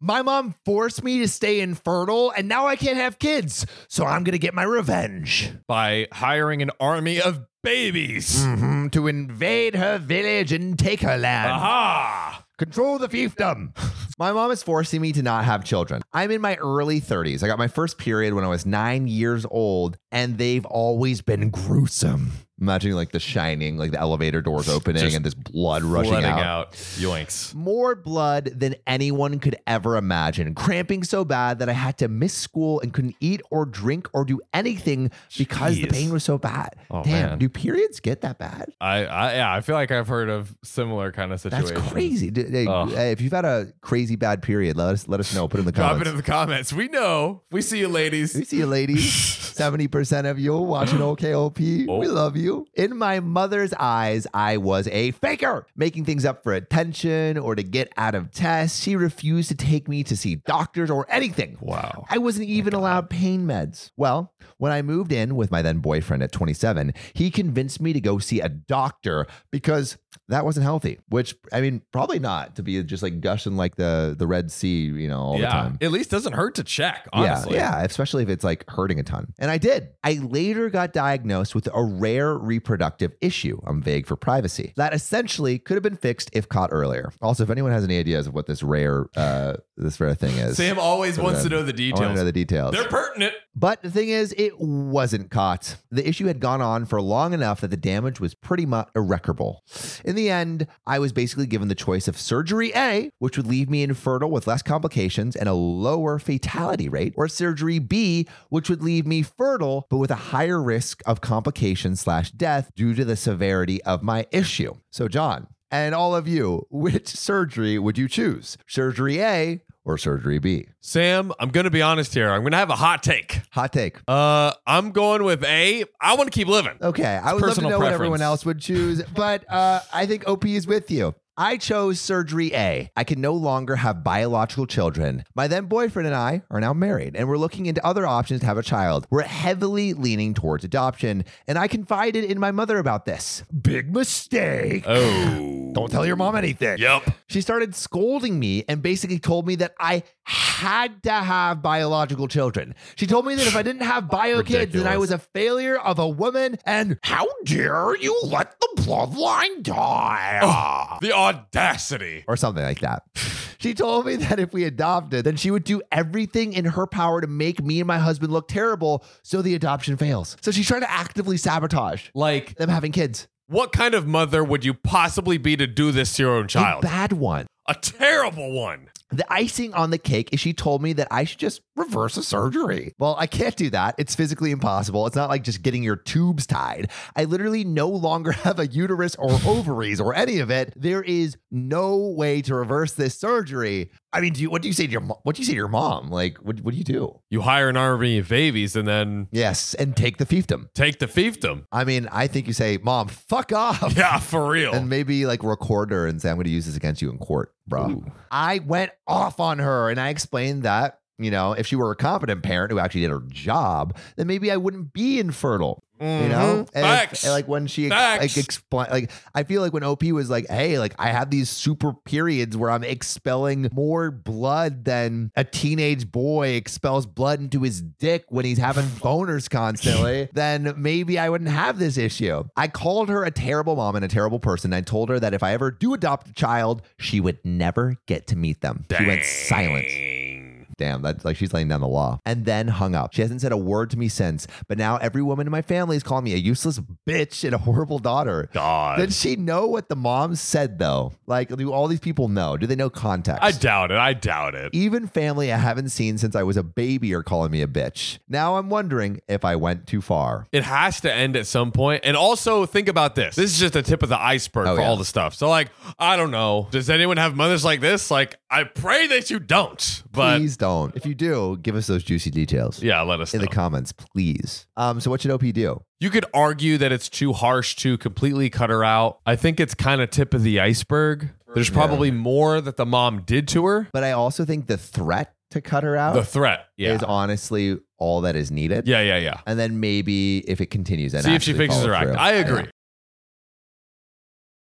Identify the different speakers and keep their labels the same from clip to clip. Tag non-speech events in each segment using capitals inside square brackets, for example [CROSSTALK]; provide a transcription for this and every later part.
Speaker 1: My mom forced me to stay infertile, and now I can't have kids. So I'm going to get my revenge
Speaker 2: by hiring an army of babies.
Speaker 1: Mhm, to invade her village and take her land.
Speaker 2: Uh-huh. Aha!
Speaker 1: Control the fiefdom. my mom is forcing me to not have children. I'm in my early 30s. I got my first period when I was nine years old, and they've always been gruesome. Imagine like the shining, like the elevator doors opening
Speaker 2: Just
Speaker 1: and this blood rushing
Speaker 2: Flooding
Speaker 1: out.
Speaker 2: out. Yoinks.
Speaker 1: More blood than anyone could ever imagine. Cramping so bad that I had to miss school and couldn't eat or drink or do anything because the
Speaker 2: Jeez.
Speaker 1: pain was so bad.
Speaker 2: Oh,
Speaker 1: Damn,
Speaker 2: man.
Speaker 1: do periods get that bad?
Speaker 2: I, I yeah, I feel like I've heard of similar kind of
Speaker 1: That's
Speaker 2: situations.
Speaker 1: crazy. Dude, hey,
Speaker 2: Ugh.
Speaker 1: hey, if you've had a crazy bad period, let us let us know. Put it in the
Speaker 2: [LAUGHS] Drop
Speaker 1: comments.
Speaker 2: it in the comments. We know. We see you,
Speaker 1: we
Speaker 2: ladies.
Speaker 1: see you, ladies.
Speaker 2: [LAUGHS]
Speaker 1: Seventy percent of you watching OKOP.
Speaker 2: Oh.
Speaker 1: We love you. In my mother's eyes, I was a faker, making things up for attention or to get out of tests. She refused to take me to see doctors or anything.
Speaker 2: Wow.
Speaker 1: I wasn't even allowed pain meds. Well, when I moved in with my then boyfriend at 27, he convinced me to go see a doctor because that wasn't healthy, which I mean, probably not to be just like gushing like the the Red Sea, you know, all the
Speaker 2: yeah.
Speaker 1: time.
Speaker 2: At least doesn't hurt to check, honestly.
Speaker 1: Yeah, yeah, especially if it's like hurting a ton. And I did. I later got diagnosed with a rare reproductive issue. I'm vague for privacy. That essentially could have been fixed if caught earlier. Also, if anyone has any ideas of what this rare uh this rare thing is,
Speaker 2: Sam always wants to know the
Speaker 1: I want to
Speaker 2: details.
Speaker 1: know the details.
Speaker 2: They're pertinent.
Speaker 1: But the thing is, it wasn't caught. The issue had gone on for long enough that the damage was pretty much irreparable. In the end, I was basically given the choice of surgery A, which would leave me infertile with less complications and a lower fatality rate, or surgery B, which would leave me fertile but with a higher risk of complications slash death due to the severity of my issue. So, John. And all of you, which surgery would you choose? Surgery A or surgery B?
Speaker 2: Sam, I'm gonna be honest here. I'm gonna have a hot take.
Speaker 1: Hot take.
Speaker 2: Uh, I'm going with A. I want to keep living.
Speaker 1: Okay, I would love to know
Speaker 2: personal
Speaker 1: what everyone
Speaker 2: preference.
Speaker 1: else would
Speaker 2: [LAUGHS]
Speaker 1: choose, but uh, I think OP is with you. I chose surgery A. I can no longer have biological children. My then boyfriend and I are now married, and we're looking into other options to have a child. We're heavily leaning towards adoption, and I confided in my mother about this. Big mistake.
Speaker 2: Oh.
Speaker 1: Don't tell your mom anything.
Speaker 2: Yep.
Speaker 1: She started scolding me and basically told me that I had to have biological children. She told me that if I didn't
Speaker 2: [SIGHS]
Speaker 1: have bio kids, then I
Speaker 2: Ridiculous.
Speaker 1: was a failure of a woman. And how dare you let the bloodline die?
Speaker 2: The audacity.
Speaker 1: or something like that. [SIGHS] She told me that if we adopted, then she would do everything in her power to make me and my husband look terrible so the adoption fails. So she's trying to actively sabotage
Speaker 2: Like,
Speaker 1: them having kids.
Speaker 2: what kind of mother would you possibly be to do this to your own
Speaker 1: A
Speaker 2: child?
Speaker 1: bad one.
Speaker 2: A terrible one.
Speaker 1: The icing on the cake is she told me that I should just reverse a surgery. Well, I can't do that. It's physically impossible. It's not like just getting your tubes tied. I literally no longer [LAUGHS] have a uterus or ovaries or any of it. There is no way to reverse this surgery. I mean, do you, what do you say to your mo- what do you say to your mom? Like, what, what do you do?
Speaker 2: You hire an army of babies and then
Speaker 1: Yes, and take the fiefdom.
Speaker 2: take
Speaker 1: [LAUGHS]
Speaker 2: the fiefdom.
Speaker 1: I mean, I think you say, "Mom, fuck off."
Speaker 2: Yeah, for real.
Speaker 1: And maybe like record her and say, I'm going to use this against you in court, bro. I went off on her and I explained that, you know, if she were a competent parent who actually did her job, then maybe I wouldn't be infertile, you know? And
Speaker 2: Mhm.
Speaker 1: if-
Speaker 2: Facts.
Speaker 1: and, like when she ex-
Speaker 2: Facts.
Speaker 1: like explain, like I feel like when OP was like, hey, like I have these super periods where I'm expelling more blood than a teenage boy expels blood into his dick when he's
Speaker 2: [LAUGHS]
Speaker 1: having boners constantly, then maybe I wouldn't have this issue. I called her a terrible mom and a terrible person. I told her that if I ever do adopt a child, she would never get to meet them. She went silent.
Speaker 2: Dang.
Speaker 1: Damn, that's like she's laying down the law. And then hung up. She hasn't said a word to me since, but now every woman in my family is calling me a useless bitch and a horrible daughter.
Speaker 2: God.
Speaker 1: Did she know what the mom said though? Like, do all these people know? Do they know context?
Speaker 2: I doubt it. I doubt it.
Speaker 1: Even family I haven't seen since I was a baby are calling me a bitch. Now I'm wondering if I went too far.
Speaker 2: It has to end at some point. And also think about this. This is just the tip of the iceberg
Speaker 1: Oh,
Speaker 2: for
Speaker 1: yeah.
Speaker 2: all the stuff. So like, I don't know. Does anyone have mothers like this? Like, I pray that you don't. But
Speaker 1: Please don't. If you do, give us those juicy details
Speaker 2: yeah, let us
Speaker 1: in
Speaker 2: know.
Speaker 1: the comments, please. Um, so what should OP do?
Speaker 2: you could argue that it's too harsh to completely cut her out. I think it's kind of tip of the iceberg. There's probably more that the mom did to her.
Speaker 1: But I also think the threat to cut her out
Speaker 2: The threat. Yeah.
Speaker 1: is honestly all that is needed.
Speaker 2: yeah, yeah, yeah.
Speaker 1: and then maybe if it continues, then
Speaker 2: See if she
Speaker 1: actually
Speaker 2: fixes
Speaker 1: follow
Speaker 2: her act.
Speaker 1: through.
Speaker 2: I
Speaker 1: Yeah.
Speaker 2: agree.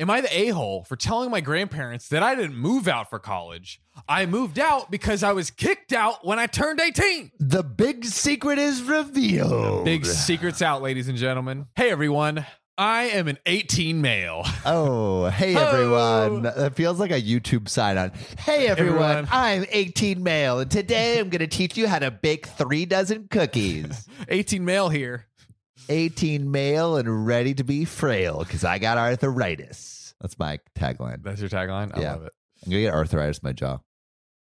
Speaker 2: Am I the a hole for telling my grandparents that I didn't move out for college? I moved out because I was kicked out when I turned 18.
Speaker 1: The big secret is revealed.
Speaker 2: Big secrets out, ladies and gentlemen. Hey, everyone. I am an 18 male. [LAUGHS]
Speaker 1: Oh, hey everyone. That feels like a YouTube sign on. Hey everyone,
Speaker 2: Everyone.
Speaker 1: I'm 18 male, and today I'm going to teach you how to bake three dozen
Speaker 2: [LAUGHS]
Speaker 1: cookies.
Speaker 2: 18 male here.
Speaker 1: 18 male and ready to be frail because I got arthritis. That's my tagline.
Speaker 2: That's your tagline. I
Speaker 1: Yeah.
Speaker 2: love it.
Speaker 1: I'm going to get arthritis in my jaw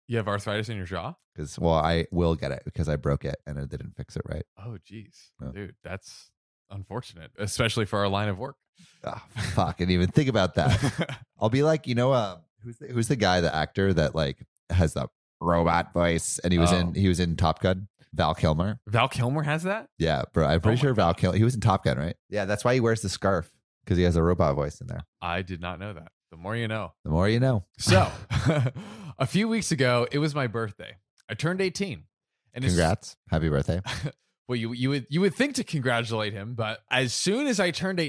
Speaker 2: You have arthritis in your jaw?
Speaker 1: because, well, I will get it because I broke it and I didn't fix it right.
Speaker 2: Oh, geez.
Speaker 1: Yeah.
Speaker 2: Dude, that's unfortunate, especially for our line of work.
Speaker 1: Oh, fuck. I didn't even think about that. [LAUGHS] I'll be like, you know, uh, who's the, who's the guy, the actor that like has the robot voice, and he was
Speaker 2: Oh.
Speaker 1: in he was in Top Gun, Val Kilmer.
Speaker 2: Val Kilmer has that?
Speaker 1: Yeah, bro, I'm pretty
Speaker 2: my
Speaker 1: sure Val Kilmer. He was in Top Gun, right? Oh Yeah, that's why he wears the scarf because he has a robot voice in there.
Speaker 2: I did not know that. The more you know.
Speaker 1: The more you know. [LAUGHS]
Speaker 2: So, [LAUGHS] a few weeks ago, it was my birthday. I turned 18. And it's-
Speaker 1: Congrats, happy birthday.
Speaker 2: well, you, you, would, you would think to congratulate him, but as soon as I turned 18,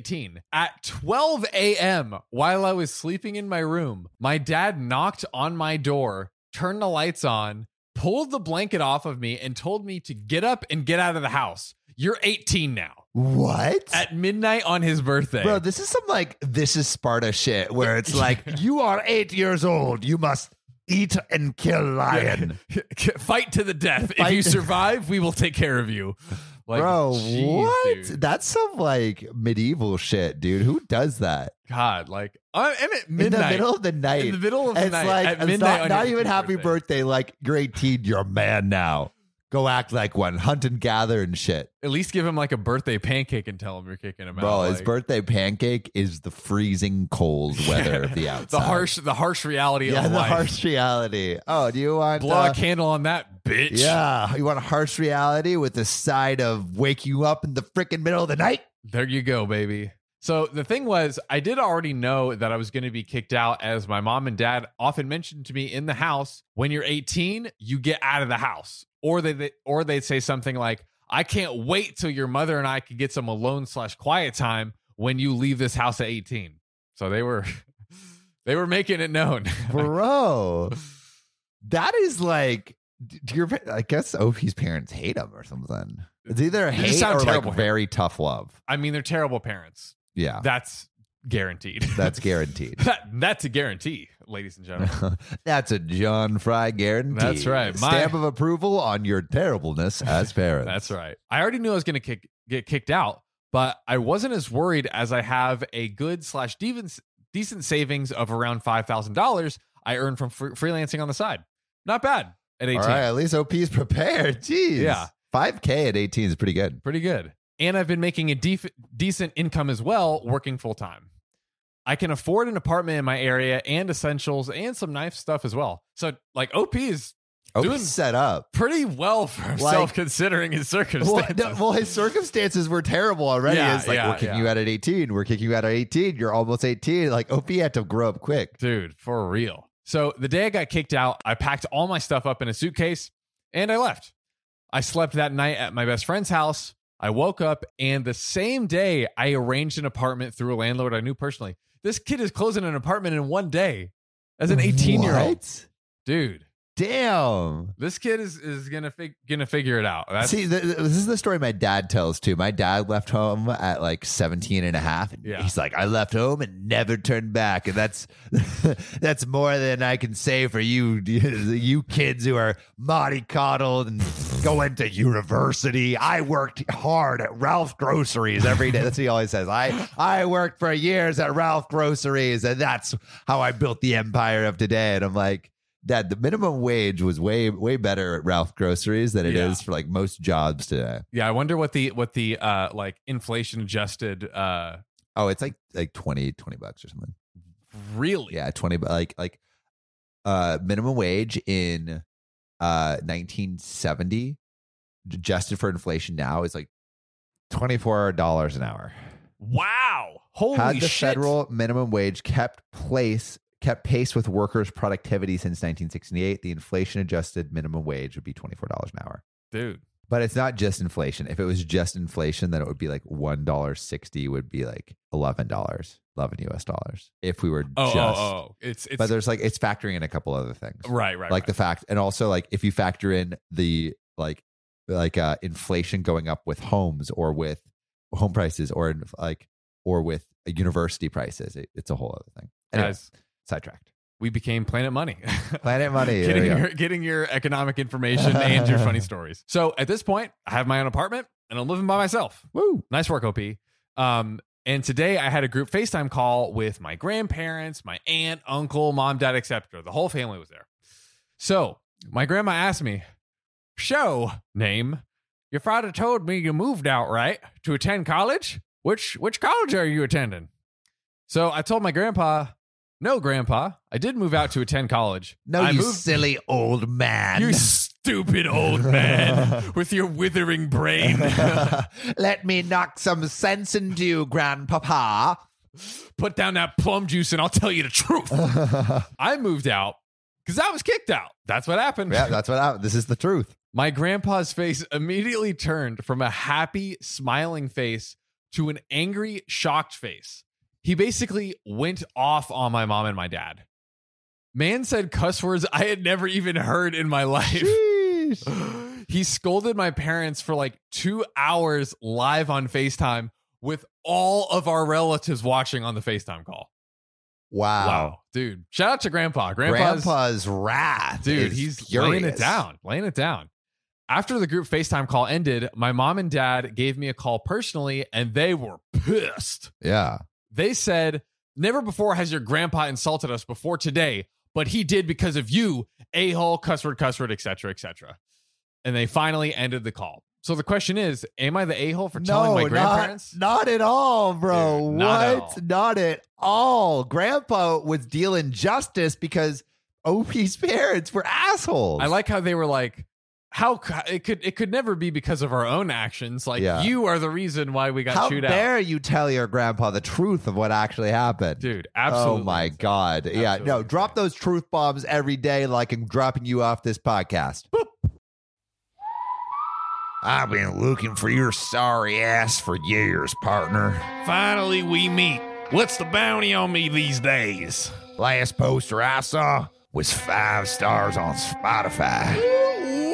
Speaker 2: 18. At 12 a.m., while I was sleeping in my room, my dad knocked on my door, turned the lights on, pulled the blanket off of me, and told me to get up and get out of the house. You're 18 now.
Speaker 1: [LAUGHS] What?
Speaker 2: At midnight on his birthday. [LAUGHS]
Speaker 1: Bro, this is some like this is Sparta shit where it's [LAUGHS] like you are eight years old, you must eat and kill lion.
Speaker 2: Fight to the death. If
Speaker 1: Fight-
Speaker 2: you survive, we will take care of you. Like,
Speaker 1: Bro,
Speaker 2: jeez,
Speaker 1: what?
Speaker 2: dude.
Speaker 1: That's some like medieval shit, dude. Who does that?
Speaker 2: God, like, I- I'm at midnight.
Speaker 1: In the middle of the night.
Speaker 2: In the middle of the
Speaker 1: it's
Speaker 2: night.
Speaker 1: like
Speaker 2: at
Speaker 1: it's
Speaker 2: midnight
Speaker 1: not,
Speaker 2: on
Speaker 1: not
Speaker 2: your
Speaker 1: even happy birthday. like great teen, you're a man now. Go act like one, hunt and gather and shit.
Speaker 2: At least give him like a birthday pancake and tell him you're kicking him out.
Speaker 1: Bro, his
Speaker 2: like-
Speaker 1: birthday pancake is the freezing
Speaker 2: [LAUGHS]
Speaker 1: cold weather of the outside.
Speaker 2: the harsh the harsh reality
Speaker 1: yeah,
Speaker 2: of
Speaker 1: the
Speaker 2: life.
Speaker 1: harsh reality. Oh, do you want
Speaker 2: Blow
Speaker 1: uh,
Speaker 2: a candle on that bitch.
Speaker 1: Yeah, you want a harsh reality with a side of wake you up in the freaking middle of the night?
Speaker 2: There you go, baby. So the thing was, I did already know that I was going to be kicked out, as my mom and dad often mentioned to me in the house. When you're 18, you get out of the house, or they, they or they'd say something like, "I can't wait till your mother and I can get some alone slash quiet time when you leave this house at 18." So they were, [LAUGHS] they were making it known.
Speaker 1: Bro, that is like, d- do your, pa- I guess OP's parents hate him or something. It's either
Speaker 2: just
Speaker 1: hate
Speaker 2: sound
Speaker 1: or like
Speaker 2: terrible.
Speaker 1: very tough love.
Speaker 2: [LAUGHS] I mean, they're terrible parents.
Speaker 1: Yeah,
Speaker 2: That's guaranteed.
Speaker 1: that's
Speaker 2: [LAUGHS]
Speaker 1: guaranteed. [LAUGHS]
Speaker 2: That, that's a guarantee, ladies and gentlemen.
Speaker 1: that's a John Fry guarantee.
Speaker 2: That's right. My-
Speaker 1: Stamp of approval on your terribleness as parents.
Speaker 2: That's right. I already knew I was going to kick, get kicked out, but I wasn't as worried as I have a good slash decent, decent savings of around five thousand dollars I earned from fr- freelancing on the side. Not bad at eighteen.
Speaker 1: All right, at least OP's prepared. Jeez.
Speaker 2: Yeah.
Speaker 1: 5K at 18 is pretty good.
Speaker 2: Pretty good. And I've been making a def- decent income as well, working full time. I can afford an apartment in my area and essentials and some nice stuff as well. So, like, OP is
Speaker 1: OP's
Speaker 2: Doing-
Speaker 1: set up.
Speaker 2: pretty well for himself considering his
Speaker 1: Well,
Speaker 2: circumstances.
Speaker 1: no, well, his circumstances were terrible already.
Speaker 2: Yeah,
Speaker 1: it's like
Speaker 2: yeah,
Speaker 1: we're kicking
Speaker 2: yeah.
Speaker 1: you out at 18. We're kicking you out at 18. You're almost 18. Like OP had to grow up quick.
Speaker 2: Dude, for real. So the day I got kicked out, I packed all my stuff up in a suitcase and I left. I slept that night at my best friend's house. I woke up and the same day I arranged an apartment through a landlord I knew personally. This kid is closing an apartment in one day as an 18 year old.
Speaker 1: What?
Speaker 2: Dude,
Speaker 1: Damn.
Speaker 2: this kid is, is gonna fig- gonna figure it out. That's
Speaker 1: See, th- th- this is the story my dad tells too. My dad left home at like 17 and a half. And
Speaker 2: Yeah.
Speaker 1: He's like, I left home and never turned back. And that's [LAUGHS] that's more than I can say for you, [LAUGHS] you kids who are coddled and going to university. I worked hard at Ralph Groceries every day. That's what he always says. I, I worked for years at Ralph Groceries and that's how I built the empire of today. And I'm like, Dad, the minimum wage was way, way better at Ralph Groceries than it is
Speaker 2: Yeah.
Speaker 1: for like most jobs today.
Speaker 2: yeah. I wonder what the what the uh like inflation adjusted uh
Speaker 3: Oh, it's like like 20, 20 bucks or something.
Speaker 2: Really?
Speaker 3: Yeah, 20 bu- like like uh minimum wage in uh 1970 adjusted for inflation now is like $24 an hour.
Speaker 2: Wow. Holy
Speaker 3: Had the
Speaker 2: shit.
Speaker 3: federal minimum wage kept place kept pace with workers' productivity since 1968, the inflation adjusted minimum wage would be $24 an hour.
Speaker 2: Dude.
Speaker 3: But it's not just inflation. If it was just inflation, then it would be like one dollar sixty would be like eleven dollars, eleven US dollars. If we were
Speaker 2: Oh,
Speaker 3: just,
Speaker 2: oh, oh. It's, it's,
Speaker 3: but there's like it's factoring in a couple other things,
Speaker 2: right, right.
Speaker 3: like
Speaker 2: right.
Speaker 3: the fact, and also like if you factor in the like like uh inflation going up with homes or with home prices or in, like or with university prices, it, it's a whole other thing. Anyway,
Speaker 2: guys,
Speaker 3: sidetracked.
Speaker 2: we became Planet Money. [LAUGHS]
Speaker 3: Planet Money. there
Speaker 2: getting
Speaker 3: we go.
Speaker 2: your, getting your economic information and
Speaker 3: [LAUGHS]
Speaker 2: your funny stories. So at this point, I have my own apartment and I'm living by myself.
Speaker 3: Woo.
Speaker 2: Nice work, OP. Um, and today I had a group FaceTime call with my grandparents, my aunt, uncle, mom, dad, etc. The whole family was there. So my grandma asked me, "Show name, your father told me you moved out, right, to attend college? Which which college are you attending?" So I told my grandpa, "No, grandpa, I did move out to attend college.
Speaker 1: No,
Speaker 2: I
Speaker 1: you
Speaker 2: moved-
Speaker 1: silly old man.
Speaker 2: you stupid
Speaker 1: [LAUGHS]
Speaker 2: old man with your withering brain."
Speaker 1: Let me knock some sense into
Speaker 3: [LAUGHS]
Speaker 1: you, Grandpapa.
Speaker 2: put down that plum juice and I'll tell you the truth. I moved out because I was kicked out. That's what happened.
Speaker 3: yeah, that's what I, this is the truth.
Speaker 2: My grandpa's face immediately turned from a happy, smiling face to an angry, shocked face. He basically went off on my mom and my dad. Man said cuss words I had never even heard in my life. he scolded my parents for like two hours live on FaceTime with all of our relatives watching on the FaceTime call.
Speaker 3: Wow.
Speaker 2: Wow, dude! Shout out to Grandpa. Grandpa's
Speaker 3: Grandpa's wrath.
Speaker 2: dude.
Speaker 3: is
Speaker 2: He's
Speaker 3: furious.
Speaker 2: laying it down, laying it down. After the group FaceTime call ended, my mom and dad gave me a call personally, and they were pissed.
Speaker 3: Yeah.
Speaker 2: They said, "Never before has your grandpa insulted us before today, but he did because of you, a hole, cuss word, cuss word, etc., etc." And they finally ended the call. So the question is, am I the a hole for telling my grandparents?
Speaker 1: Not, not at all, bro.
Speaker 2: Dude, not at
Speaker 1: what?
Speaker 2: all.
Speaker 1: Not at all. Grandpa was dealing justice because
Speaker 3: OP's parents were assholes.
Speaker 2: I like how they were like, how c- it could it could never be because of our own actions. Like
Speaker 3: Yeah.
Speaker 2: you are the reason why we got
Speaker 3: How
Speaker 2: chewed out,
Speaker 3: dare you tell your grandpa the truth of what actually happened?
Speaker 2: dude. Absolutely.
Speaker 3: Oh my god. Yeah. No,
Speaker 2: Absolutely
Speaker 3: drop
Speaker 2: insane.
Speaker 3: those truth bombs every day like I'm dropping you off this podcast.
Speaker 1: I've been looking for your sorry ass for years, partner.
Speaker 2: Finally, we meet. What's the bounty on me these days?
Speaker 1: Last poster I saw was five stars on Spotify.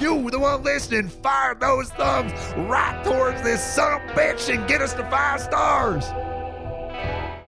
Speaker 1: You, the one listening, fire those thumbs right towards this son of a bitch and get us to five stars.